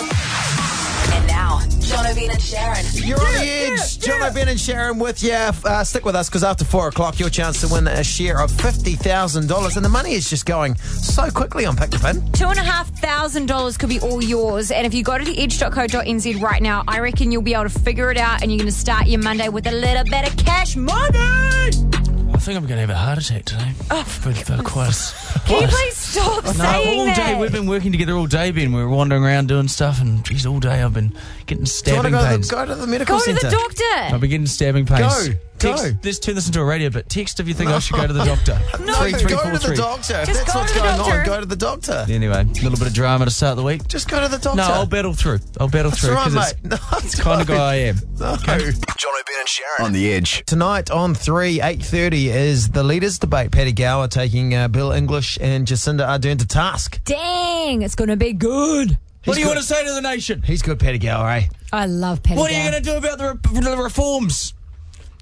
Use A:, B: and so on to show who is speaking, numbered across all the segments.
A: And now, Jonovine and Sharon.
B: You're on the edge. John O'Brien and Sharon with you. Uh, stick with us because after four o'clock, your chance to win a share of $50,000. And the money is just going so quickly on Pick the Pin.
C: Two and a half thousand dollars could be all yours. And if you go to the edge.co.nz right now, I reckon you'll be able to figure it out and you're going to start your Monday with a little bit of cash money.
D: I think I'm going to have a heart attack today.
C: Oh,
D: With the quiz.
C: Can you please stop
D: No,
C: saying
D: all
C: that?
D: day. We've been working together all day, Ben. We were wandering around doing stuff, and geez, all day I've been getting
B: Do you want
D: stabbing
B: to go to
D: pains.
B: the, go to the medical
C: go to
B: centre?
C: the
D: I've
C: doctor.
D: been getting stabbing pains.
B: Go,
D: Text,
B: go.
D: Let's turn this into a radio bit. Text if you think I should go to the doctor.
B: No,
D: Three, three,
B: go
D: four,
B: to the
D: three.
B: doctor. If
C: Just
B: that's
C: go
B: what's
C: to the
B: going on,
C: doctor.
B: go to the doctor.
D: Anyway, a little bit of drama to start the week.
B: Just go to the doctor.
D: No, I'll battle through. I'll battle
B: That's
D: through
B: right,
D: because
B: mate.
D: it's
B: No,
D: the kind of guy I am.
B: No.
E: John O'Brien and Sharon on the edge.
B: Tonight on 3, 8.30 is the leaders debate. Paddy Gower taking uh, Bill English and Jacinda Ardern to task.
C: Dang, it's going to be good.
D: What do you
B: good.
D: want to say to the nation?
B: He's good, Paddy Gower, eh?
C: I love Paddy.
D: What are you
C: Dow.
D: going to do about the, re- the reforms?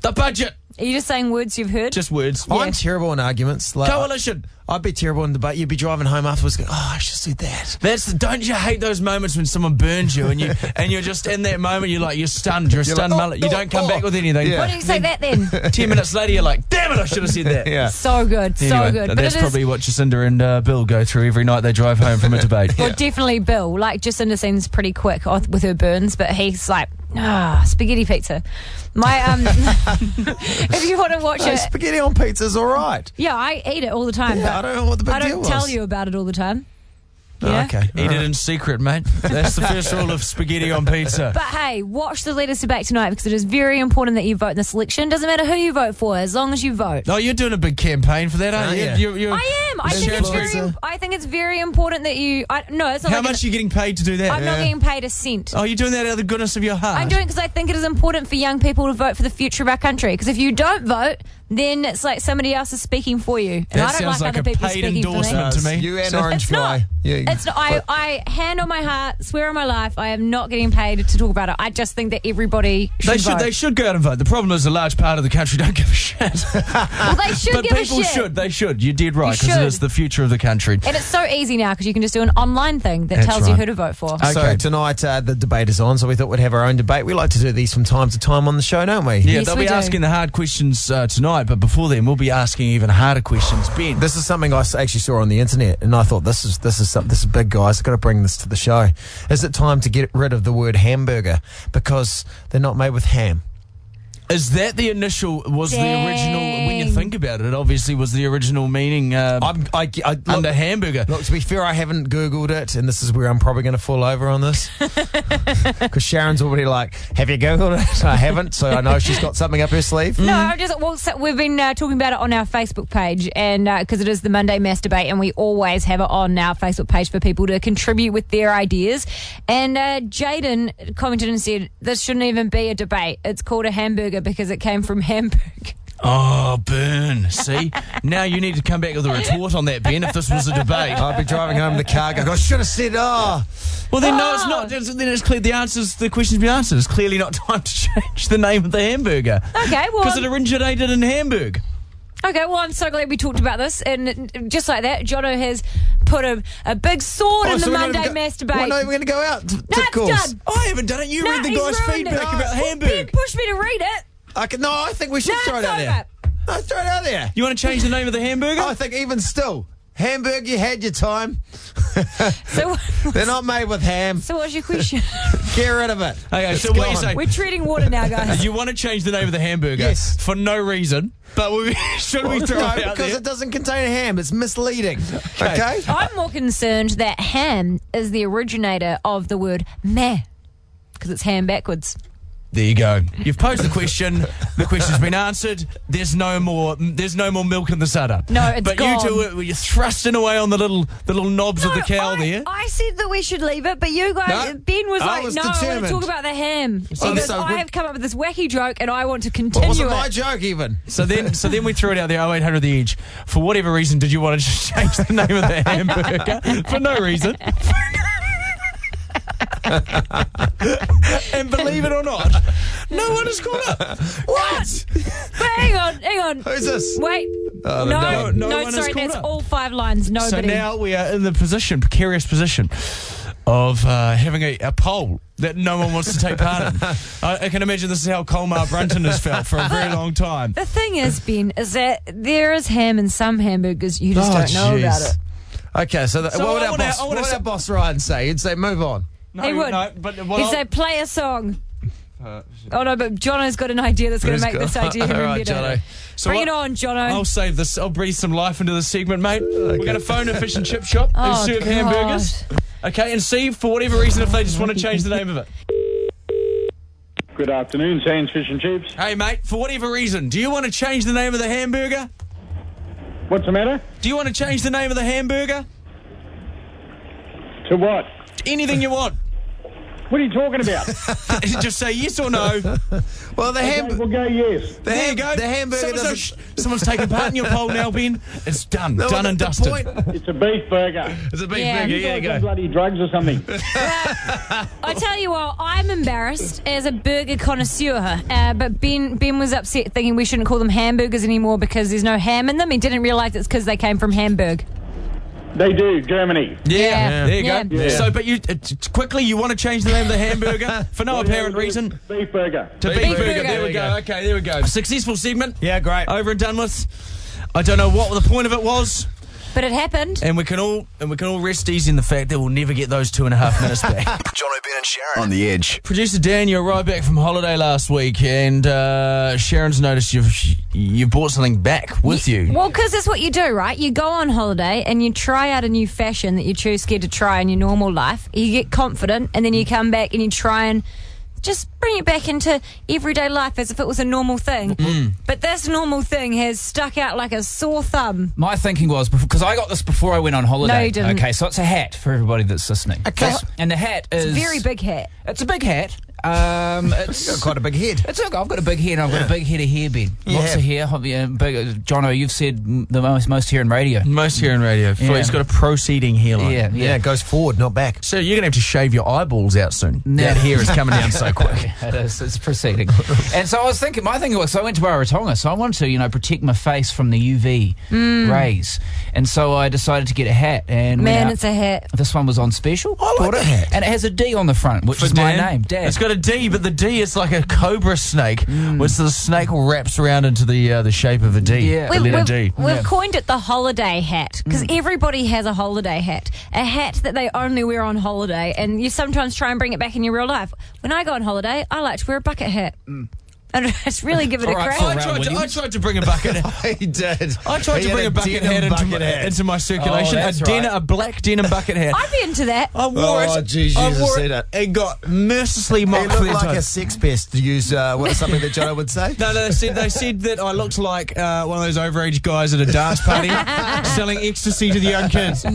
D: The budget.
C: Are you just saying words you've heard?
D: Just words.
B: I'm terrible in arguments. Like,
D: Coalition.
B: I'd be terrible in debate. You'd be driving home afterwards going, oh, I should have said that.
D: That's don't you hate those moments when someone burns you and you and you're just in that moment you're like you're stunned you're a
B: You're
D: stunned
B: like, oh,
D: mullet you
B: no,
D: don't come
B: oh.
D: back with anything.
B: Yeah.
C: Why do you say that then?
D: Ten minutes later you're like damn it I should have said that.
B: Yeah.
C: So good, so
D: Anyway,
C: good.
D: That's
C: it is-
D: probably what Jacinda and uh, Bill go through every night they drive home from a debate.
C: Well, definitely Bill. Like, Jacinda seems pretty quick off- with her burns, but he's like, ah, spaghetti pizza. My, um, if you want to watch
B: Hey,
C: it,
B: spaghetti on pizza's all right.
C: yeah, I eat it all the time.
B: Yeah, I
C: but
B: don't know what the big
C: I
B: deal
C: don't
B: was. Oh,
C: tell you about it all the time. Yeah.
B: Okay.
D: Eat it in secret, mate. That's the first rule of spaghetti on pizza.
C: But hey, watch the leaders debate tonight because it is very important that you vote in this election. Doesn't matter who you vote for, as long as you vote.
D: No, you're doing a big campaign for that, aren't
B: Oh,
D: you?
B: yeah.
D: You're- you're-
C: I am. I think it's
D: Sharon's-
C: very.
B: Influencer.
C: I think it's very important that you. I, no, it's not.
D: How
C: like
D: much are you getting paid to do that?
C: I'm not getting paid a cent.
D: Oh, you're doing that out of the goodness of your heart.
C: I'm doing it because I think it is important for young people to vote for the future of our country. Because if you don't vote, then it's like somebody else is speaking for you, and I
D: That
C: don't like,
D: sounds like a
C: other people
D: paid
C: speaking for me.
D: endorsement.
B: Does.
D: to me.
B: You and
D: So-
B: Orange
C: It's
B: Guy.
C: not.
B: Yeah.
C: It's not, I, I hand on my heart, swear on my life, I am not getting paid to talk about it. I just think that everybody should
D: They should,
C: vote.
D: they should go out and vote. The problem is a large part of the country don't give a shit.
C: well, they should
D: but
C: give
D: people
C: a shit.
D: should. They should. You're dead right because it
C: should.
D: is the future of the country.
C: And it's so easy now because you can just do an online thing that
D: That's
C: tells you
D: right.
C: who to vote for.
D: Okay.
B: So tonight uh, the debate is on, so we thought we'd have our own debate. We like to do these from time to time on the show, don't we?
D: yeah,
C: Yes,
D: they'll
C: we
D: be
C: do.
D: asking the hard questions uh, tonight, but before then, we'll be asking even harder questions. Ben,
B: This is something I s- actually saw on the internet, and I thought this is this is something, this is big, guys. I've got to bring this to the show. Is it time to get rid of the word hamburger because they're not made with ham?
D: is that the initial? Was the original? When you
C: Dang.
D: think about it, it obviously was the original meaning uh,
B: I'm, I, I- look,
D: under hamburger.
B: Look, to be fair, I haven't Googled it, and this is where I'm probably going to fall over on this. Because Sharon's already like, Have you Googled it? I haven't, so I know she's got something up her sleeve.
C: No, I'm just well, so we've been uh, talking about it on our Facebook page, and because it is the Monday Mass Debate, and we always have it on our Facebook page for people to contribute with their ideas. And uh, Jaden commented and said, "This shouldn't even be a debate. It's called a hamburger because it came from Hamburg."
D: Oh, burn! See, now you need to come back with a retort on that, Ben. If this was a debate,
B: I'd be driving home in the car going, I should have said, Oh.
D: well, then no, it's not.
C: Oh.
D: It's- Then it's clear the answers, the questions been answered. It's clearly not time to change the name of the hamburger
C: Okay, well, um,
D: because it
C: I'm-
D: originated in Hamburg.
C: okay, well, I'm so glad we talked about this, and just like that, Jono has put a, a big sword
B: Oh,
C: in the Monday Mass Debate.
B: Why not? We're going to go out. To,
C: No,
B: to
C: it's
B: course.
C: done.
D: I haven't done it. You
C: No,
D: read the
C: he's
D: guy's
C: ruined it. Oh,
D: feedback about
C: Well, Ben
D: Hamburg.
C: pushed me to read it.
B: I can, no, I think we should
C: No,
B: throw it
C: it's
B: out there. No, throw it out there.
D: You want to change the name of the hamburger?
B: I think even still, hamburger, you had your time.
C: So,
B: They're not made with ham.
C: so what's your question?
B: Get rid of it.
D: okay,
B: It's
D: so what do you
B: gone.
D: say?
C: We're treating water now, guys.
D: You want to change the name of the hamburger
B: Yes.
D: for no reason, but we, should we throw
B: No,
D: it out
B: because
D: there?
B: it doesn't contain ham. It's misleading. Okay.
C: I'm more concerned that ham is the originator of the word meh because it's ham backwards.
D: There you go. You've posed the question. The question's been answered. There's no more. There's no more milk in the udder.
C: No, it's
D: but
C: gone.
D: you two, were- you're thrusting away on the little the little knobs of the cow
C: I,
D: there.
C: I said that we should leave it, but you guys,
B: No,
C: Ben was
B: I
C: like,
B: was
C: "No, I want
B: determined."
C: to talk about the ham." He
B: I'm
C: goes,
B: so
C: "I
B: good.
C: have come up with this wacky joke, and I want to
B: What
C: continue
B: wasn't
C: it."
B: my joke even?
D: So then, so then we threw it out there. 0800 the edge. For whatever reason, did you want to just change the name of the hamburger? For no reason. and believe it or not, no one has caught up.
B: What?
C: But hang on, hang on.
B: Who's this?
C: Wait.
B: Oh,
C: no,
B: no,
C: no,
D: no one has
C: sorry,
D: called
C: that's
D: up.
C: all five lines.
D: So
C: Nobody.
D: now we are in the position, precarious position
F: of uh, having a, a poll that no one wants to take part in. I, I can imagine this is how Colmar Brunton has felt for a very long time.
C: The thing is, Ben, is that there is ham in some hamburgers you just
D: Oh,
C: don't know about
B: Oh, jeez.
C: it.
B: Okay, so, that,
F: So
B: what would
F: I
B: our
F: wanna-
B: boss,
F: I wanna
B: what would
F: say-
B: our boss Ryan say? He'd say, "Move on."
F: No,
C: he would.
F: no, but what
C: He'd
F: I'll-
C: say, play a song. oh no, but Jono's got an idea that's going
B: Who's
C: to make
B: got-
C: this idea even
B: All right,
C: better.
B: Jono.
F: So
C: Bring
F: what-
C: it on, Jono.
F: I'll save this. I'll breathe some life into the segment, mate. We're going to phone a fish and chip shop and
C: Oh,
F: serve
C: God.
F: hamburgers. Okay, and see for whatever reason if they just want to change the name of it.
G: Good afternoon, Saints Fish and Chips.
F: Hey, mate, for whatever reason, do you want to change the name of the hamburger?
G: What's the matter?
F: Do you want to change the name of the hamburger?
G: To what?
F: Anything you want.
G: What are you talking about?
F: just say yes or no.
B: Well, the ham,
G: we'll go yes.
B: the,
F: There
B: ham
F: you go.
B: the hamburger
F: Someone's,
B: doesn't.
F: sh- someone's taking part in your poll now, Ben. It's done.
B: No,
F: done
B: the-
F: and
B: the
F: dusted.
B: point-
G: It's a beef burger.
B: It's a big
C: Yeah.
B: burger. Yeah, you
G: Got
B: go.
G: Bloody drugs or something.
C: I tell you what, I'm embarrassed as a burger connoisseur. Uh, but Ben Ben was upset thinking we shouldn't call them hamburgers anymore because there's no ham in them. He didn't realise it's because they came from Hamburg.
G: they do, Germany.
F: Yeah,
C: Yeah.
F: there you go.
C: Yeah.
F: So, but you uh, t- quickly, you want to change the name of the hamburger for no apparent reason.
G: Beef burger.
F: To beef,
C: Beef
F: burger.
C: burger.
F: There we go. Okay, there we go. Successful segment.
B: Yeah, great.
F: Over and done with. I don't know what the point of it was,
C: But it happened.
F: and we can all and we can all rest easy in the fact that we'll never get those two and a half minutes back.
E: John O'Brien and Sharon on the edge.
F: Producer Dan, you arrived back from holiday last week, and uh, Sharon's noticed you've you brought something back with you.
C: Well, because that's what you do, right? You go on holiday and you try out a new fashion that you're too scared to try in your normal life. You get confident, and then you come back and you try and just bring it back into everyday life as if it was a normal thing. But this normal thing has stuck out like a sore thumb.
D: My thinking was because I got this before I went on holiday.
C: No, you didn't.
D: Okay, so it's a hat for everybody that's listening. Okay, and the hat is
C: Very big hat.
D: It's a big hat. Um, it's
B: Got quite a big head.
D: It's okay. I've got a big head. and I've got a big head of hairbed. Lots of hair. Hob- Yeah, big, Jono, you've said m- the most most hair in radio.
F: Most here in radio,
D: Yeah.
F: he's got a proceeding hairline.
D: Yeah,
B: Yeah,
D: yeah.
B: it goes forward, not back.
F: So you're gonna have to shave your eyeballs out soon.
D: No.
F: That hair is coming down so quick.
D: Okay, it is. It's proceeding. and so I was thinking, my thing was, so I went to Rarotonga, so I wanted to, you know, protect my face from the UV rays. And so I decided to get a hat. And
C: Mm.
D: went
C: Man,
D: out-
C: it's a hat.
D: This one was on special. I
B: like that hat.
D: And it has a D on the front, which
F: For
D: is my
F: Dan,
D: name, Dad.
F: It's got a D, but the D is like a cobra snake,
D: Mm.
F: which the snake wraps around into the uh, the shape of a D.
D: Yeah. Mm.
F: the
D: We-
F: letter
C: we've,
F: D.
C: we've coined it the holiday hat because everybody has a holiday hat, a hat that they only wear on holiday, and you sometimes try and bring it back in your real life. When I go on holiday, I like to wear a bucket hat. And just really give it a
D: Mm. All right,
C: crack.
D: so
F: I tried, to, I
D: Williams.
F: tried to bring a bucket.
B: He did.
F: I
B: He
F: tried to
B: had
F: bring a bucket
B: denim
F: head into,
B: bucket
F: my,
B: hat.
F: into my circulation.
D: Oh,
F: a,
D: that's
F: denim,
D: right.
F: a black denim bucket head.
C: I'd be into that.
F: I wore
B: Oh,
F: it.
B: geez, you
F: I
B: just
F: wore
B: said
F: it.
B: it.
F: It got mercilessly
B: He
F: mocked.
B: looked
F: the entire-
B: like a sex pest. To use uh, what, something that Jono would say.
F: No, no, they said, they said that I looked like uh, one of those overage guys at a dance party selling ecstasy to the young kids.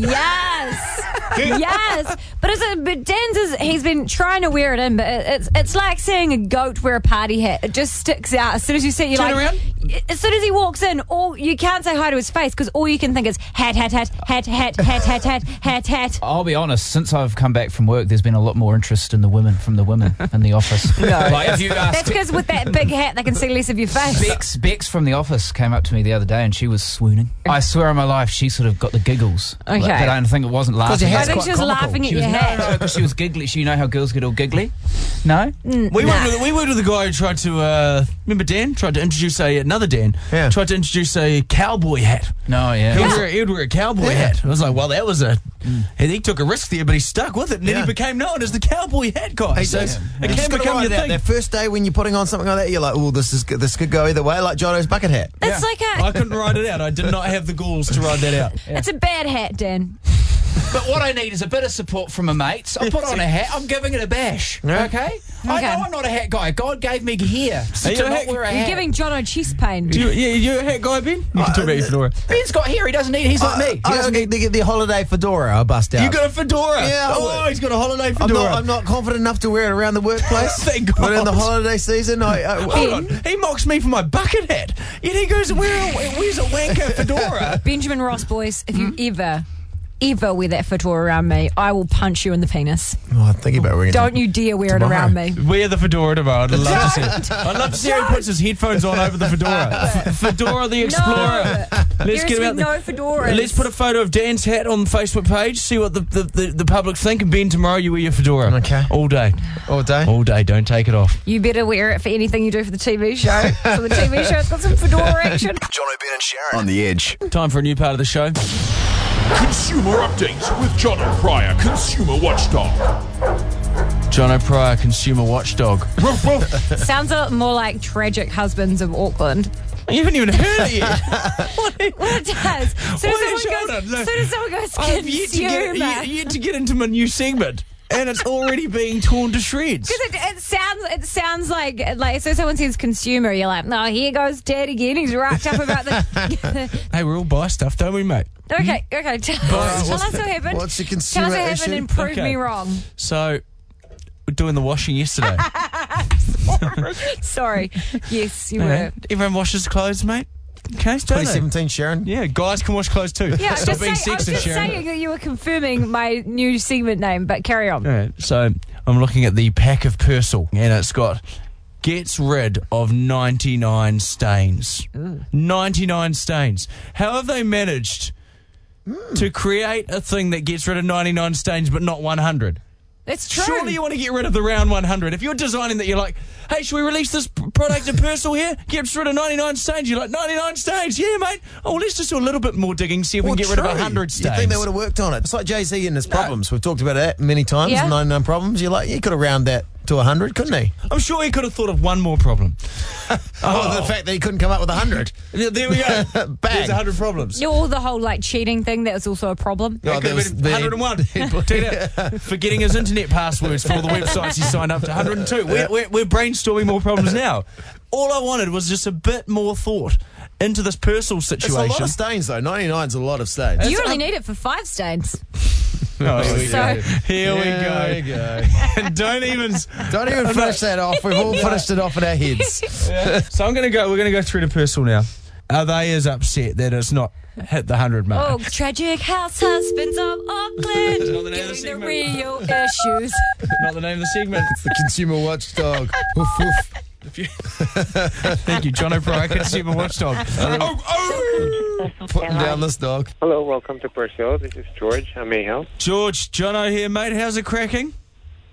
C: Yes, yes. But it's a, but Dan's is he's been trying to wear it in, but it, it's it's like seeing a goat wear a party hat. It just sticks out as soon as you see you
F: Turn
C: like,
F: around.
C: As soon as he walks in, all you can't say hi to his face because all you can think is hat hat hat hat hat hat hat hat hat hat.
D: I'll be honest. Since I've come back from work, there's been a lot more interest in the women from the women in the office. no, like if you
C: That's
D: ask
C: because with that big hat they can see less of your face.
D: Bex, Bex from the office came up to me the other day and she was swooning. I swear on my life, she sort of got the giggles.
C: Okay.
D: Like, but I think it wasn't laughing.
C: I think she was laughing at
D: She was
C: your
D: no,
C: hat.
D: no, because she was giggly. She, you know how girls get all giggly. No,
C: Mm.
F: We worked with we worked with a guy who tried to uh, remember Dan tried to introduce a another Dan
B: Yeah.
F: tried to introduce a cowboy hat.
D: no, yeah.
F: He would wear, he would wear a cowboy
B: Yeah.
F: hat. I was like, well, that was a and he took a risk there, but he stuck with it, and then
B: Yeah.
F: he became known as the cowboy hat guy. So
B: does. Just
F: it can
B: gotta
F: become
B: ride
F: your
B: it out.
F: thing.
B: That first day when you're putting on something like that, you're like, "Oh, this is good. this could go either way." Like Jono's bucket hat.
C: That's like a
F: I couldn't ride it out. I did not have the galls to ride that out.
C: it's a bad hat, Dan.
D: But what I need is a bit of support from my mates. I put on a hat. I'm giving it a bash.
B: Yeah.
D: Okay? I
C: Okay.
D: know I'm not a hat guy. God gave me here
F: Are
D: to
F: you a
D: not
F: hat-
D: wear a
C: You're
D: hat.
C: giving John a chest pain.
F: Do you, yeah, you a hat guy, Ben? You can talk about your fedora.
D: Ben's got hair. He doesn't need. He's
F: Uh,
D: like me. He
B: I, I,
D: doesn't
B: get the, the holiday fedora. I bust out.
F: You got a fedora.
B: Yeah, I
F: Oh,
B: would.
F: he's got a holiday
B: I'm
F: fedora.
B: not, I'm not confident enough to wear it around the workplace.
F: Thank
B: But in the
F: God.
B: holiday season, I, I
F: Hold on. He mocks me for my bucket hat. Yet he goes, Where, where's a wanker fedora? Hmm?
C: Benjamin Ross, boys, if you ever ever wear that fedora around me, I will punch you in the penis.
B: Oh, I'm thinking about wearing it.
C: Don't you dare wear it
B: Tomorrow.
C: around me.
F: Wear the fedora tomorrow. I'd love to see it. I'd love to see how he puts his headphones on over the fedora. F- fedora the Explorer.
C: No,
F: Let's
C: there's
F: get him out
C: been no
F: there.
C: fedoras.
F: Let's put a photo of Dan's hat on the Facebook page, see what the, the, the, the public think, and Ben, tomorrow you wear your fedora.
B: Okay.
F: All day.
B: all day.
F: All day. Oh, Don't take it off.
C: you better wear it for anything you do for the TV show. so the TV show's got some fedora action.
E: John O'Brien and Sharon on the edge.
F: Time for a new part of the show.
H: Consumer Updates with John O'Pryor, Consumer Watchdog.
F: John O'Pryor, Consumer Watchdog.
H: Ruff, ruff.
C: Sounds a lot more like Tragic Husbands of Auckland.
F: you haven't even heard it yet.
C: Well, it does. Soon
F: Wait,
C: as someone goes,
F: hold on, look.
C: soon as someone goes
F: I've yet to, get,
C: consumer.
F: yet, yet to get into my new segment, and it's already being torn to shreds.
C: It, it sounds it sounds like like so someone says consumer, you're like, no, here goes Ted again. He's racked up about the.
F: Hey, we all buy stuff, don't we, mate?
C: okay,
F: Hmm?
C: okay. Tell, tell us what happened.
B: what's the
C: Tell us
B: consumer
C: what happened
B: issue?
C: and prove
F: Okay.
C: me wrong.
F: So, we're doing the washing yesterday.
C: Sorry. Yes, you
F: Okay.
C: were.
F: Everyone washes clothes, mate. Okay, don't they?
B: 2017, Sharon.
F: Yeah, guys can wash clothes too.
C: Yeah, I was
F: Stop
C: just,
F: being
C: saying, I was
F: sexist,
C: just
F: Sharon.
C: saying that you were confirming my new segment name, but carry on.
F: All right, so I'm looking at the pack of Persil, and it's got gets rid of 99 stains. 99 stains. How have they managed to create a thing that gets rid of 99 stains but not 100?
C: It's true.
F: Surely you want to get rid of the round 100. If you're designing that, you're like, hey, should we release this p- product of Persil here? Gets rid of 99 stains. You're like, 99 stains. Yeah, mate. Oh, let's just do a little bit more digging, see if we can get rid of
B: Well, Oh, true.
F: 100 stains.
B: You think they would have worked on it? It's like Jay Z and his problems. We've talked about that many times.
C: Yeah.
B: 99 problems. You're like, he could have rounded that to 100, couldn't he?
F: I'm sure he could have thought of one more problem.
B: Oh, the fact that he couldn't come up with 100.
F: There there we go.
B: Bang.
F: There's 100 problems.
C: You know, all the whole like cheating thing that was also a problem.
B: Oh,
F: It could
B: there was
F: have
B: the-
F: been 101. Take it out. Forgetting his internet passwords for all the websites he signed up to. 102. We're, we're, we're brainstorming more problems now. All I wanted was just a bit more thought into this personal
B: It's a
F: situation.
B: lot of stains, though. 99's a lot of stains.
C: you only need it for five stains.
F: Oh, here we
C: So-
F: go. Here we go. And don't even.
B: Don't even finish that off. We've all finished it off in our heads.
F: So I'm going to go. We're going to go through the personal now. Are they as upset that it's not hit the 100 mark?
C: Oh, tragic house husbands of
F: Not the
C: Auckland,
F: name of the
C: giving the
F: segment.
C: real issues.
F: Not the name of the segment.
B: the consumer watchdog. Woof, woof.
F: Thank you, John O'Brien, Consumer Watchdog. Oh, oh!
B: Putting down this dog.
I: Hello, welcome to Purcell. This is George. How may I help?
F: George, Jono here, mate. How's it cracking?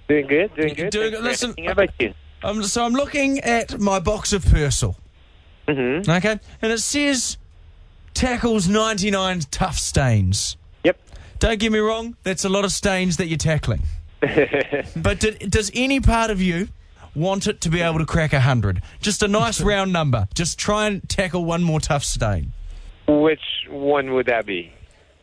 I: Doing good, doing good.
F: Doing
I: Thanks
F: good.
I: for
F: Listen-
I: asking. How about you?
F: Um, so I'm looking at my box of Purcell. Mm-hmm. Okay, and it says tackles 99 tough stains.
I: Yep.
F: Don't get me wrong, that's a lot of stains that you're tackling. but did, does any part of you want it to be able to crack 100? Just a nice round number. Just try and tackle one more tough stain.
I: Which one would that be?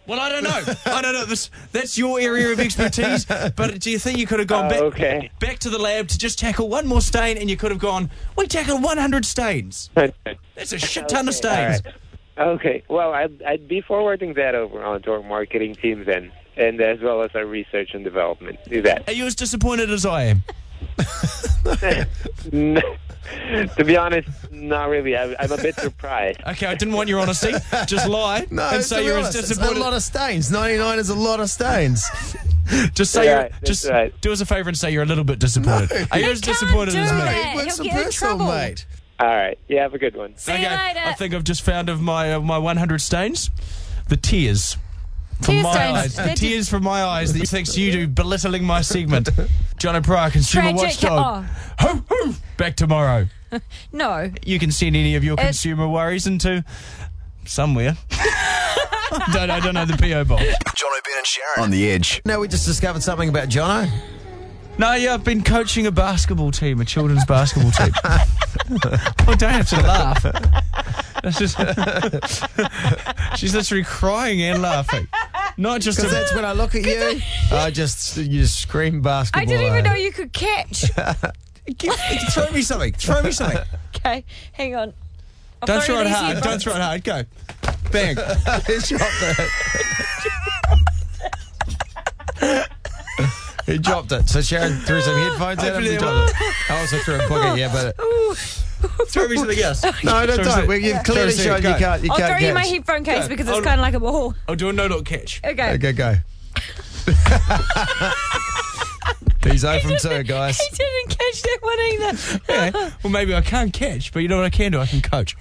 F: Well, I don't know. I don't know. This, that's your area of expertise. But do you think you could have gone
I: Oh,
F: back,
I: okay.
F: back to the lab to just tackle one more stain and you could have gone, we tackled 100 stains? That's a shit ton of
I: All
F: stains.
I: right. Okay. Well, I'd, I'd be forwarding that over onto our marketing team then, and as well as our research and development. Do that.
F: Are you as disappointed as I am?
I: to be honest, not really. I'm, I'm a bit surprised.
F: Okay, I didn't want your honesty. Just lie
B: No,
F: and
B: to
F: say
B: be
F: you're
B: honest,
F: as
B: it's
F: disappointed.
B: A lot of stains. 99 is a lot of stains.
F: just say
I: Right,
F: you're,
I: that's
F: just
I: right.
F: do us a favour and say you're a little bit disappointed. Are you as
C: can't
F: disappointed
C: do
F: as me?
C: that.
B: It works
C: He'll
B: in
C: get in
B: Bristol,
C: trouble.
B: mate.
I: All right. You have a good one.
C: See you later.
F: I think I've just found of my uh, my 100 stains, the tears. From
C: Tear
F: my
C: stains.
F: eyes, the
C: They're just-
F: tears from my eyes that you thanks to you do belittling my segment. John O'Pryor, consumer
C: Tragic- Oh,
F: watchdog. Ho, ho, back tomorrow.
C: No.
F: You can send any of your
C: It's-
F: consumer worries into somewhere. don't, I don't know the PO box.
E: John O'Brien and Sharon on the edge.
B: Now we just discovered something about Jono.
F: No, yeah, I've been coaching a basketball team, a children's basketball team. oh, don't have to laugh. That's just she's literally crying and laughing. Not just
B: Because
F: a-
B: that's when I look at you, I just you just scream basketball.
C: I didn't even
B: at
C: know
B: it.
C: you could catch.
B: Give- throw me something. Throw me something.
C: Okay, hang on. I'll
F: Don't throw
C: you
F: it
C: these
F: hard. Don't
C: headphones.
F: throw it hard. Go. Bang.
B: It's dropped it. he dropped it. So Sharon threw some headphones at him.
F: Hopefully
B: He
F: it
B: dropped it. I also threw a booger, yeah, but
C: Ooh,
F: Throw me something else.
B: No, no,
F: Throw me
B: don't.
F: something-
B: Well, you've
F: throw me
B: clearly shown
F: something. Go.
B: you can't. You
C: I'll
B: can't
C: throw you my
B: catch.
C: headphone case
F: Yeah.
C: because
F: I'll-
C: it's kind of like a ball.
F: I'll Oh, do a no look catch.
C: Okay.
B: Okay, go. He's 0 from 2, guys.
C: He didn't catch that one either.
F: Okay. Well, maybe I can't catch, but you know what I can do? I can coach.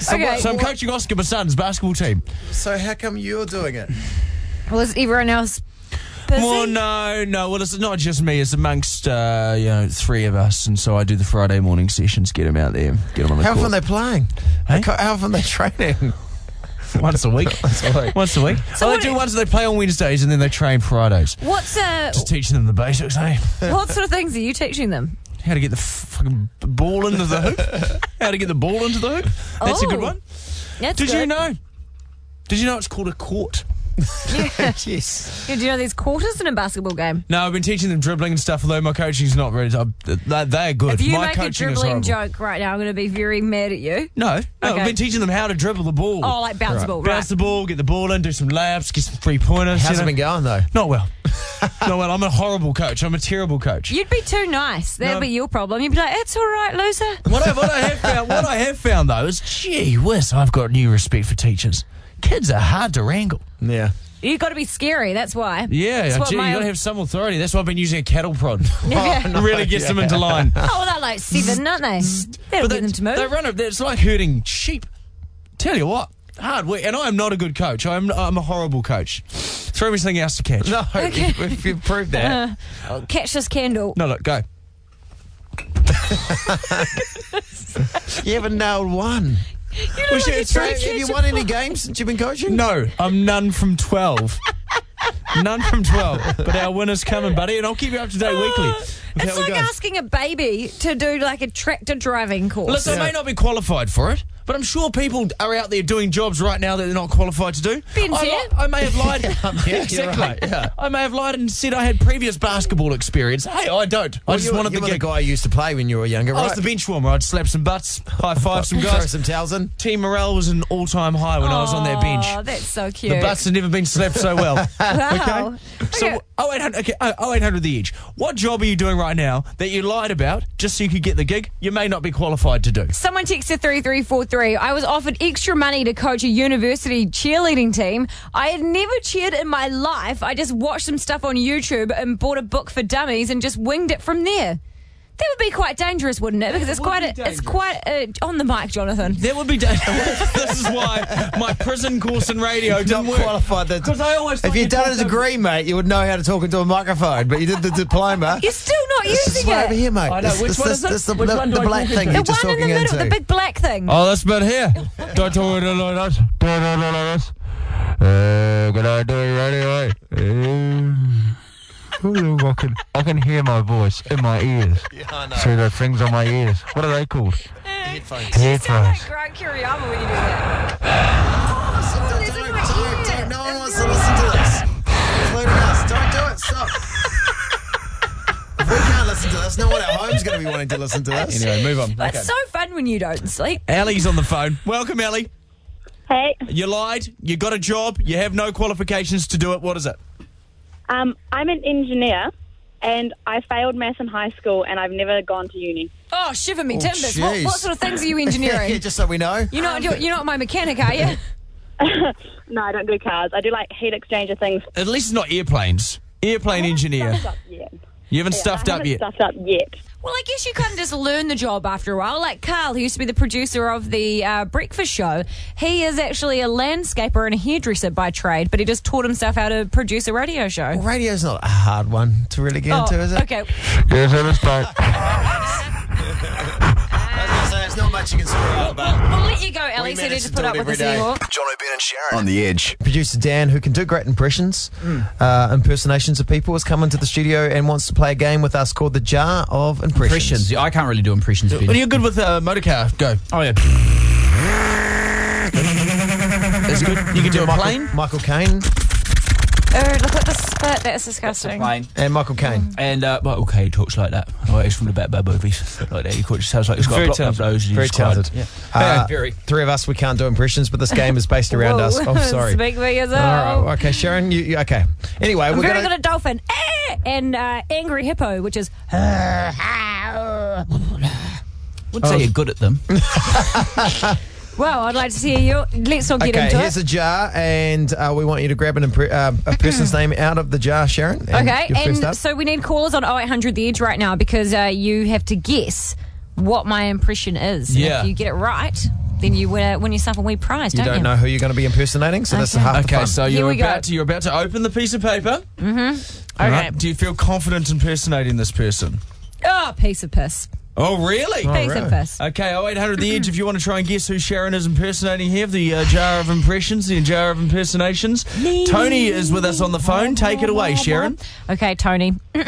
F: So,
C: Okay.
F: so I'm coaching Oscar Basan's basketball team.
B: So, how come you're doing it?
C: Was everyone else busy?
F: Well, no, no. Well, it's not just me. It's amongst uh, you know three of us, and so I do the Friday morning sessions. Get them out there. Get them on the
B: How often
F: court.
B: are they playing?
F: Hey?
B: How often are they training?
F: once a week. once a week.
C: So
F: oh, they
C: what-
F: do once. They play on Wednesdays, and then they train Fridays.
C: What's uh,
F: Just uh, teaching them the basics, hey?
C: what sort of things are you teaching them?
F: How to get the fucking ball into the hoop. How to get the ball into the hoop. That's a good
C: Oh,
F: one.
C: That's
F: Did you
C: good.
F: know? Did you know it's called a court?
B: yes.
C: Yeah, do you know there's quarters in a basketball game?
F: No, I've been teaching them dribbling and stuff, although my coaching's not really. I'm- they- They're good.
C: If you
F: my
C: make a
F: coaching is
C: dribbling
F: horrible.
C: joke right now, I'm going to be very mad at you.
F: No, no
C: Okay.
F: I've been teaching them how to dribble the ball.
C: Oh, like bounce the ball, right?
F: Bounce the ball, get the ball in, do some laps, get some three pointers.
B: How's it
F: you know?
B: been going, though?
F: Not well. not well. I'm a horrible coach. I'm a terrible coach.
C: You'd be too nice. That'd
F: No.
C: be your problem. You'd be like, "It's all right, loser."
F: What I, what I have found, what I have found though, is gee whiz, I've got new respect for teachers. Kids are hard to wrangle.
B: Yeah.
C: You got to be scary. That's why.
F: Yeah,
C: That's what
F: gee,
C: my-
F: you gotta have some authority. That's why I've been using a cattle prod.
C: Yeah. Oh,
F: really gets them into line.
C: well, they're like seven, aren't they? That'll get them to move.
F: They run it. It's like herding sheep. Tell you what, hard work. And I am not a good coach. I'm I'm a horrible coach. Throw me something else to catch.
B: No,
C: Okay.
B: if, if you prove that.
C: Catch this candle.
F: no, look, go.
B: you haven't nailed one.
F: Well, shit, it's
B: So,
F: very-
B: have you won any games since you've been coaching?
F: No, I'm none from 12. none from 12. But our winner's coming, buddy, and I'll keep you up to date weekly. with how
C: It's
F: we're
C: like
F: going.
C: asking a baby to do like a tractor driving course.
F: Listen, I may not be qualified for it, but I'm sure people are out there doing jobs right now that they're not qualified to do.
C: Ben's
F: I, li-
C: here.
F: I may have lied.
B: you're
F: exactly.
B: right, yeah.
F: I may have lied and said I had previous basketball experience. Hey, I don't. I
B: Well,
F: just
B: you were-
F: wanted
B: you
F: the
B: were
F: gig.
B: guy who used to play when you were younger,
F: I
B: right?
F: was the bench warmer. I'd slap some butts, high five some
B: Throw
F: guys.
B: some towels in.
F: Team morale was an all-time high when I was on their bench.
C: Oh, that's so cute.
F: The butts have never been slapped so well.
C: Wow.
F: Okay. So, oh eight hundred. Okay. Oh eight hundred. The edge. What job are you doing right now that you lied about just so you could get the gig? You may not be qualified to do.
C: Someone texted 3343. I was offered extra money to coach a university cheerleading team. I had never cheered in my life. I just watched some stuff on YouTube and bought a book for dummies and just winged it from there. That would be quite dangerous, wouldn't it? Because it's
F: would
C: quite
F: be
C: a, it's
F: dangerous.
C: quite a, on the mic, Jonathan.
F: That would be dangerous. this is why my prison course in radio
B: Not
F: didn't work.
B: qualified. That,
F: 'Cause I always
B: if
F: thought
B: you'd
F: you
B: done it
F: talked
B: as a
F: over-
B: green, mate, you would know how to talk into a microphone. But you did the diploma.
C: You're still not
B: This is
C: using
B: right over
C: it.
B: here, mate.
F: I know.
B: This-
F: Which
B: this-
F: one
B: this-
F: is it?
B: this- the-
F: Which one
B: The
F: do I
B: black
F: talk
B: thing
C: The
B: you're just
C: one in the
B: talking
C: middle, the
B: into.
C: big black thing.
F: Oh, that's about here. Don't talk to me like that. Don't talk to me like that. Uh, Good I do it right away? Uh, I can, I can hear my voice in my ears through the things on my ears. What are they called?
C: You sound like
F: Headphones.
C: Grant Kiriyama when you do that.
B: No one wants to listen to this, including us. Don't do it. Stop. If we can't listen to this, no one at home's going to be wanting to listen to this.
F: Anyway, move on.
C: But It's so fun when you don't sleep.
B: Eh.
F: Ellie's on the phone. Welcome, Ellie.
J: Hey,
F: You lied. You got a job. You have no qualifications to do it. What is it?
J: um, I'm an engineer, and I failed maths in high school, and I've never gone to uni.
C: Oh, shiver me
B: Oh,
C: timbers. What,
B: jeez.
C: what sort of things are you
B: yeah,
C: engineering?
B: just so we know.
C: You're not, you're, you're not my mechanic, are you?
J: No, I don't do cars. I do like heat exchanger things.
F: At least it's not airplanes. Airplane engineer.
J: Stuffed up yet.
F: You haven't
J: I
F: stuffed up
J: haven't
F: yet.
J: Stuffed up yet.
C: Well, I guess you kind of just learn the job after a while. Like Carl, who used to be the producer of the uh, breakfast show, he is actually a landscaper and a hairdresser by trade, but he just taught himself how to produce a radio show. Oh,
B: Radio's not a hard one to really get into, is it?
C: okay.
F: Yes, I understand.
B: There's not much you can screw up, but
C: We'll let you go, Ellie,
B: We
C: so you don't
B: manage
C: have to
B: to
C: put
B: do
C: up
B: it
C: with
B: every
C: us
B: day.
C: anymore.
E: John O'Brien and Sharon on the edge.
B: producer Dan, who can do great impressions, uh, impersonations of people, has come into the studio and wants to play a game with us called the Jar of Impressions.
D: Impressions. I can't really do impressions. Ben.
F: Well, you're good with uh, motorcar. Go.
D: Oh yeah.
F: That's good. You can do a plane.
B: Michael Caine
C: Oh, look at the spit. That's disgusting.
D: Fine.
B: and Michael Caine.
D: And uh, well, okay, he talks like that. Oh, he's from the Bad Bad movies. Like that, he quite- sounds like he's got
F: Very
D: a blocked up
F: talented.
D: nose. and
B: Very
D: he's quite-
B: talented.
D: Yeah.
B: Uh,
D: Very.
B: Three of us, we can't do impressions, but this game is based around us.
C: Whoa.
B: Oh, sorry.
C: Speak for yourself.
B: All right. Okay, Sharon. You, you okay? Anyway,
C: I'm
B: we're
C: very
B: gonna.
C: good at dolphin. Eh! And uh, angry hippo, which is.
D: Would say
B: Oh.
D: you're good at them.
C: Well, I'd like to see you. Let's not get
B: okay,
C: into
B: here's
C: it.
B: a jar, and uh, we want you to grab an impre- um, a person's name out of the jar, Sharon. and
C: okay,
B: Mm, you're first
C: and
B: up.
C: so we need callers on 0800 The Edge right now because uh, you have to guess what my impression is.
B: Yeah.
C: If you get it right, then you win, uh, win yourself a wee prize,
B: you
C: don't you?
B: don't know who you're going to be impersonating, so that's
C: Okay.
B: half the
F: Okay,
B: fun.
F: so
C: Here
F: you're
C: we go.
F: about to, you're about to open the piece of paper.
C: Mm-hmm.
F: All
C: Okay.
F: right. Do you feel confident impersonating this person?
C: Oh, piece of piss.
F: Oh, really?
C: Oh, Piece of really? piss.
F: Okay, oh, 0800 The Edge, if you want to try and guess who Sharon is impersonating here, the uh, jar of impressions, the jar of impersonations. Tony is with us on the phone. Take it away, Sharon.
C: Okay, Tony.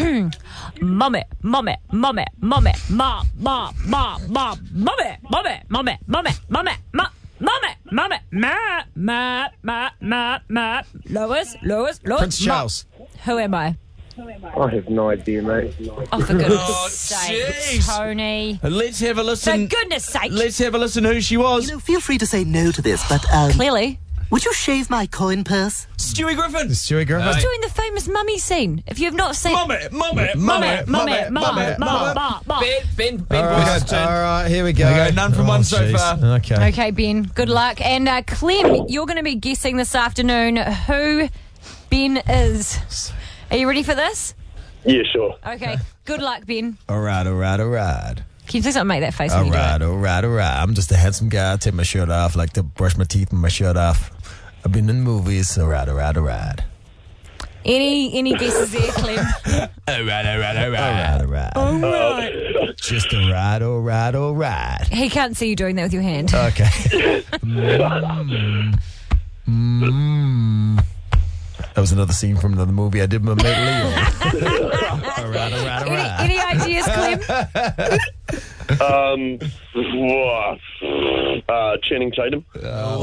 C: mummy, mummy, mummy, mummy, ma, ma, ma, ma, mummy, mummy, mummy, mummy, mummy, ma, mummy, mummy, ma, ma, ma, ma, ma, Lois, Lois, Lois. ma.
I: Prince Charles.
C: Who am I?
I: I have no idea, mate.
C: Oh, for
F: Oh,
C: goodness sake,
F: jeez.
C: Tony.
F: Let's have a listen.
C: For goodness sake.
F: Let's have a listen who she was.
K: Feel free to say no to this, but um,
C: clearly,
K: would you shave my coin purse?
F: Stewie Griffin.
B: Stewie Griffin.
C: Who's doing the famous mummy scene? If you have not seen
F: mummy, mummy,
C: mummy, mummy,
F: mummy,
C: mummy,
F: mummy,
C: mummy, mummy.
D: Ben,
B: all, right, all right, here we go.
F: There you go, none from
B: one
F: one so far.
B: Okay.
C: Okay, Ben, good luck. And uh, Clem, you're going to be guessing this afternoon who Ben is. Are you ready for this?
L: Yeah, sure.
C: Okay, good luck, Ben.
B: All right, all right, all right.
C: Can you please not make that face
B: All
C: when you
B: right, all right, all right. I'm just a handsome guy. I take my shirt off, like to brush my teeth with my shirt off. I've been in movies. All right, all right, all right.
C: do it? Any, any guesses there, Clem?
B: All right, all right, all right. All right, all right. Just all right, all right, all right.
C: He can't see you doing that with your hand.
B: Okay. Mm. Mm. That was another scene from another movie I did with my mate Leo. all right, all right, all right.
C: Any ideas, Clem?
L: Um, uh, Channing Tatum.
F: Yeah, no,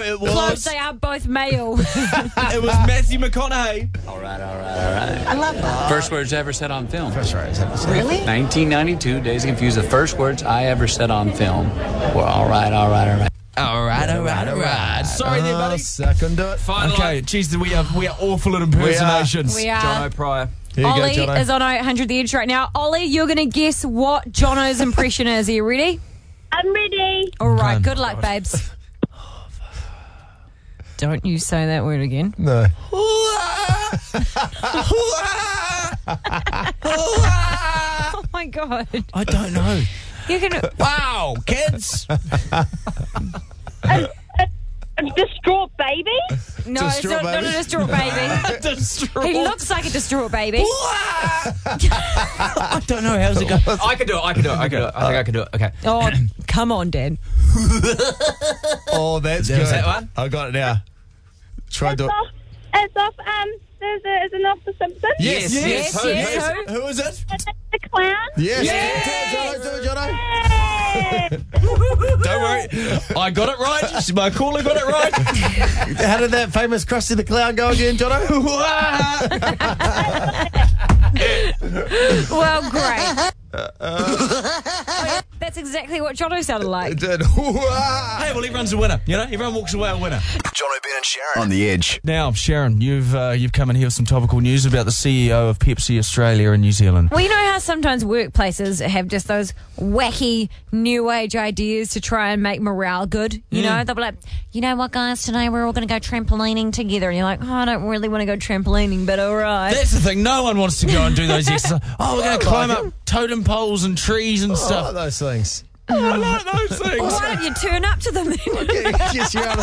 F: it was.
C: Oh. Close, they are both male.
F: It was Matthew McConaughey.
M: All right, all right, all right.
C: I love that.
M: First words ever said on film. First
B: words ever said.
M: Really? 1992, Days of Confused. The first words I ever said on film were all right, all right, all right.
F: All right, all right, all right. Sorry there, buddy.
B: Second do it.
F: Final okay, jeez, we are we are awful at impersonations.
C: We
B: Uh,
C: are. John
F: O'Pryor.
C: Ollie is on 800 The Edge right now. Ollie, you're going to guess what Jono's impression is. Are you ready?
J: I'm ready.
C: All right, good luck, babes. Don't you say that word again.
B: No.
C: oh my god.
F: I don't know.
C: You can
F: Wow, kids.
J: A distraught baby?
C: No, it's not, not a distraught baby. He looks like a distraught baby.
F: I don't know. How's it going?
D: Oh, I can do it. I can do it. I can do it. I think I can do it. Okay.
C: oh, come on, Dan.
B: Oh, that's
D: That
B: good.
D: was that one?
B: I got it now. Try to.
J: It's off, um, there's a, is it off The Simpsons?
B: Yes, yes, Yes, who, yes, yes.
F: Who is it?
J: The clown?
B: Yes.
F: Don't worry. I got it right. My caller got it right.
B: How did that famous Krusty the Clown go again, Jono?
C: Well, great. Wait, that's exactly what Jono sounded like.
F: hey, well, everyone's a winner. You know, everyone walks away a winner.
E: John O'Brien and Sharon.
F: On the edge. Now, Sharon, you've uh, you've come in here with some topical news about the CEO of Pepsi Australia in New Zealand.
C: Well, you know how sometimes workplaces have just those wacky new age ideas to try and make morale good? You know, they'll be like, you know what, guys, today we're all going to go trampolining together. And you're like, oh, I don't really want to go trampolining, but all right.
F: That's the thing. No one wants to go and do those exercises. Oh, we're going to climb up totem poles and trees and
B: I like
F: stuff.
B: those things.
F: I like those things.
C: Well, why don't you turn up to them then?
B: Yes, you're out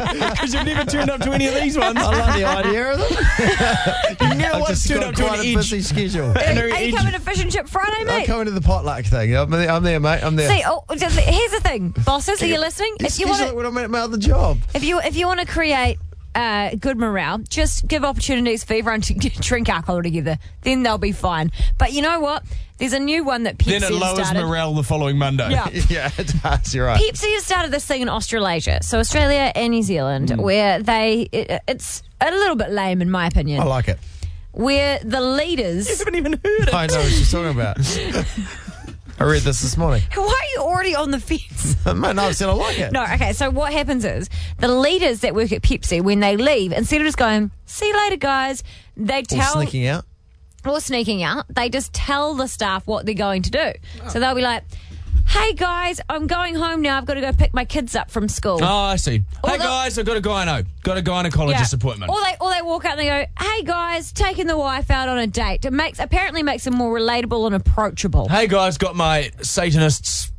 B: of-
F: Because you've never turned up to any of these ones.
B: I like the idea of them. you
F: never
B: I've
F: once
B: just
F: turned
B: got
F: up to
B: quite
F: an
B: a
F: edge.
B: busy schedule.
C: Are you- are you coming to fish and chip Friday,
B: I'm
C: mate?
B: coming to the potluck thing. I'm there, I'm there mate. I'm there.
C: See, oh, just- here's the thing, bosses. Are you listening? If you
B: Schedule
C: want
B: it
C: to,
B: when I'm at my other job.
C: if you if you want to create uh, good morale, just give opportunities for everyone to drink alcohol together. Then they'll be fine. But you know what? There's a new one that Pepsi
F: Then
C: has
F: it lowers
C: started.
F: morale the following Monday.
C: Yeah.
B: yeah, it does. You're right.
C: Pepsi has started this thing in Australasia, so Australia and New Zealand,
F: Mm.
C: where they it, it's a little bit lame in my opinion.
F: Oh.
B: I like it.
C: Where the leaders. You
F: haven't even heard
B: I know what she's talking about. I read this this morning.
C: Why are you already on the fence?
B: Mate, no, I said I like it.
C: No, okay. So what happens is the leaders that work at Pepsi, when they leave, instead of just going "see you later, guys," they
B: Or
C: tell
B: sneaking out.
C: or sneaking out, they just tell the staff what they're going to do. So they'll be like, hey guys, I'm going home now. I've got to go pick my kids up from school.
F: Oh, I see. hey
C: the-
F: guys, I've got a gyno. Got a gynecologist
C: Yeah.
F: appointment.
C: Or they, or they walk out and they go, hey guys, taking the wife out on a date. It makes apparently makes them more relatable and approachable.
F: hey guys, got my Satanists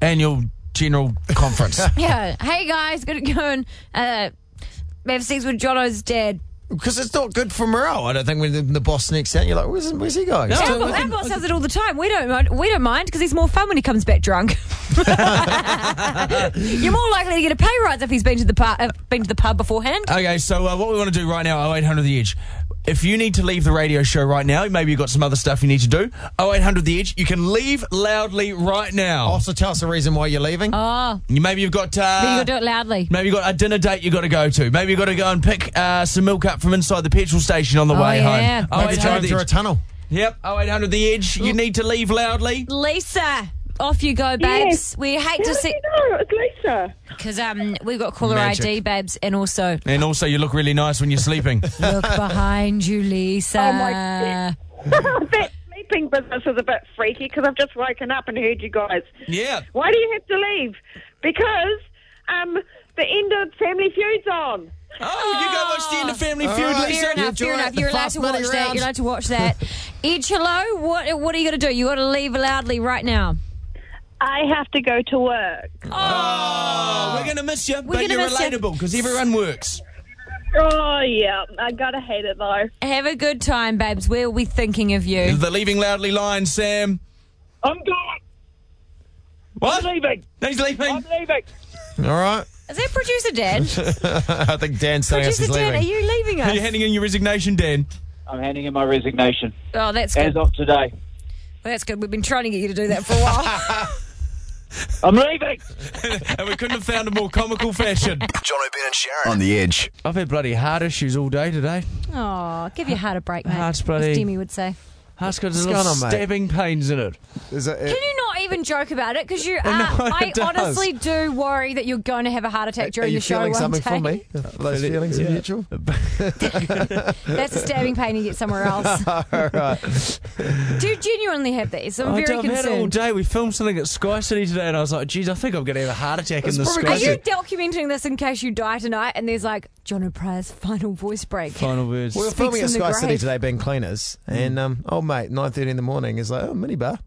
F: annual general conference.
C: yeah. Hey guys, gonna go and uh, have sex with Jono's dad.
B: Because it's not good for morale. I don't think when the, the boss sneaks out, you're like, where's, where's he going?
F: Oh,
C: our, bo- our boss does it all the time. We don't mind. We don't mind because he's more fun when he comes back drunk. You're more likely to get a pay rise if he's been to the pub, uh, been to the pub beforehand.
F: Okay, so uh, what we want to do right now, 0800 The Edge. If you need to leave the radio show right now, maybe you've got some other stuff you need to do, 0800 The Edge, you can leave loudly right now. Also,
B: tell us the reason why you're leaving.
C: Oh.
F: You, maybe you've got. Uh,
C: But you got to do it loudly.
F: Maybe you got a dinner date you got to go to. Maybe you got to go and pick uh, some milk up from inside the petrol station on the
C: Oh,
F: way
C: yeah.
F: home.
B: Maybe
F: 0800
B: drive
F: The
B: through a
F: Edge.
B: tunnel.
F: Yep, 0800 The Edge. You need to leave loudly.
C: Lisa, off you go, babes.
N: Yes.
C: We hate
N: How
C: to
N: did
C: see.
N: No, it's Lisa.
C: Because um, we've got caller
F: Magic.
C: ID, babes, and also
F: And also, you look really nice when you're sleeping.
C: look behind you, Lisa.
N: Oh, my that sleeping business is a bit freaky because I've just woken up and heard you guys.
F: Yeah.
N: Why do you have to leave? Because um, the end of Family Feud's on.
F: Oh, you go watch the end of Family
N: All
F: Feud,
N: right.
F: Lisa.
C: Fair enough, fair enough. You're allowed to watch that. You're allowed to watch that. Edge, hello. What What are you going to do? You got to leave loudly right now.
N: I have to go to work.
F: Oh, we're going to miss you, but
N: gonna
F: you're
N: miss you.
F: relatable because everyone works.
N: Oh, yeah. I gotta hate it, though.
C: Have a good time, babes. We'll be thinking of you.
F: The leaving loudly line, Sam.
O: I'm going.
F: What?
O: I'm leaving.
F: He's leaving.
O: Leaving.
B: All right.
C: Is that producer Dan?
B: I think Dan's telling us he's
C: producer Dan,
B: leaving.
C: are you leaving
F: Are
C: us?
F: you handing in your resignation, Dan?
O: I'm handing in my resignation
C: oh, that's
O: as
C: good.
O: of today.
C: Well, that's good. We've been trying to get you to do that for a while.
O: I'm leaving.
F: and we couldn't have found a more comical fashion.
E: John O'Brien and Sharon.
F: On the edge. I've had bloody heart issues all day today.
C: oh, give your heart a break, mate.
F: Heart's bloody-
C: As Demi would say.
F: Heart's got
B: What's
F: little
B: going on, mate?
F: stabbing pains in it.
C: Can you not even joke about it? Because you are.
B: No,
C: I
B: it does.
C: honestly do worry that you're going to have a heart attack
B: Are
C: during
B: you
C: the show
B: feeling
C: one
B: something
C: day.
B: for me? Are those feelings are mutual?
C: That's a stabbing pain you get somewhere else.
B: All right.
C: do you genuinely have that? So I'm
F: I
C: very
F: don't- I've had it all
C: concerned.
F: day. We filmed something at Sky City today, and I was like, "Geez, I think I'm going to have a heart attack in the Sky
C: Are you
F: City."
C: documenting this in case you die tonight? And there's like John O'Brien's final voice break.
F: Final words.
B: We were
C: Speaks
B: filming
C: from
B: at
C: the
B: Sky City
C: grave.
B: today, being cleaners, and um, old mate, nine thirty in the morning is like, oh, minibar.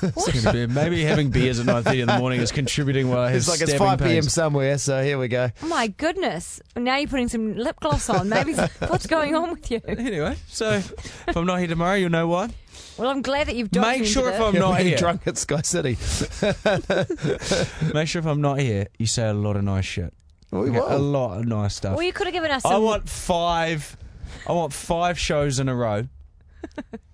F: It's gonna be- Maybe having beers at 9:30 in the morning is contributing while I have
B: It's like it's
F: stabbing
B: five p.m.
F: pains.
B: somewhere, so here we go.
C: Oh my goodness! Now you're putting some lip gloss on. Maybe what's going on with you?
F: Anyway, so if I'm not here tomorrow, you'll know why.
C: Well, I'm glad that you've documented
F: Make sure if
C: it.
F: I'm not
B: being
F: here,
B: drunk at Sky City.
F: make sure if I'm not here, you say a lot of nice shit.
B: We
F: Okay, a
B: will.
F: lot of nice stuff.
C: Well, you could have given us.
F: I
C: some-
F: want five. I want five shows in a row.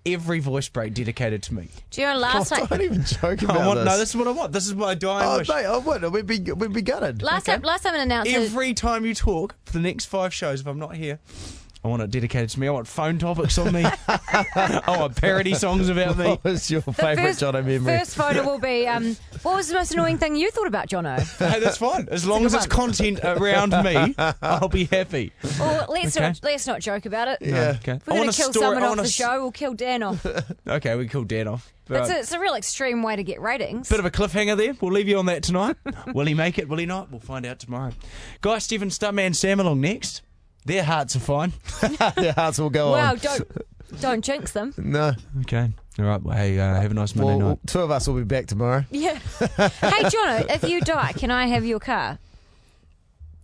F: Every voice break dedicated to me.
C: Do you know
B: Oh,
C: last night?
B: don't even joke about
F: I want,
B: this.
F: No, this is what I want. This is my dying
B: oh,
F: wish.
B: mate, I would. We'd be we'd be gutted.
C: Last time, last time an announcer.
F: Every time you talk for the next five shows, if I'm not here, I want it dedicated to me. I want phone topics on me. I want parody songs about me.
B: What was your favourite
C: first-
B: John Jono memory?
C: First photo will be. Um, what was the most annoying thing you thought about Jono?
F: Hey, that's fine. As long as it's content around me, I'll be happy.
C: Well, let's
F: Okay.
C: not let's not joke about it.
F: No, okay.
C: If We're
F: I
C: going
F: want
C: to
F: a
C: kill
F: story-
C: someone
F: I
C: off
F: want a
C: the
F: s-
C: show. We'll kill Dan off.
F: Okay, we call Dan off.
C: It's
F: Right.
C: a, it's a real extreme way to get ratings.
F: Bit of a cliffhanger there. We'll leave you on that tonight. will he make it? Will he not? We'll find out tomorrow. Guy, Stephen, Stuntman, Sam along next. Their hearts are fine.
B: Their hearts will go
C: Wow,
F: oh.
B: on.
C: don't don't jinx them.
B: No.
F: Okay. All right. Well, hey, uh, have a nice Monday
B: Well,
F: night.
B: two of us will be back tomorrow.
C: Yeah. hey, Jono, if you die, can I have your car?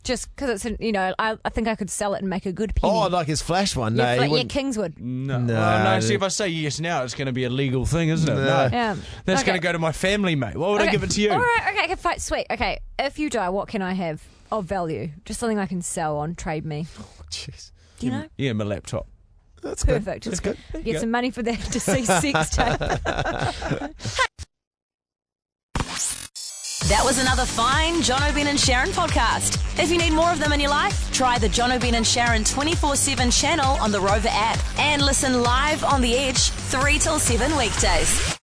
C: Just because it's, an, you know, I, I think I could sell it and make a good penny.
B: Oh, like his flash one. No,
C: yeah,
B: he
C: fl- yeah,
B: wouldn't.
C: Kingswood.
F: No.
B: No.
F: Well, no, see, if I say yes now, it's going to be a legal thing, isn't it?
B: No.
F: No.
C: Yeah.
F: That's
C: Okay.
F: going to go to my family, mate. Why would I
C: Okay.
F: give it to you?
C: All right, okay, okay, fine, sweet. Okay, if you die, what can I have of value? Just something I can sell on, trade me.
B: Jeez.
C: Do you know?
F: Yeah, my laptop.
B: That's good.
C: Perfect.
B: That's good.
C: Get some money for that deceased sex tape.
A: That was another fine John O'Bin and Sharon podcast. If you need more of them in your life, try the John O'Bin and Sharon 24 7 channel on the Rover app and listen live on The Edge 3 till 7 weekdays.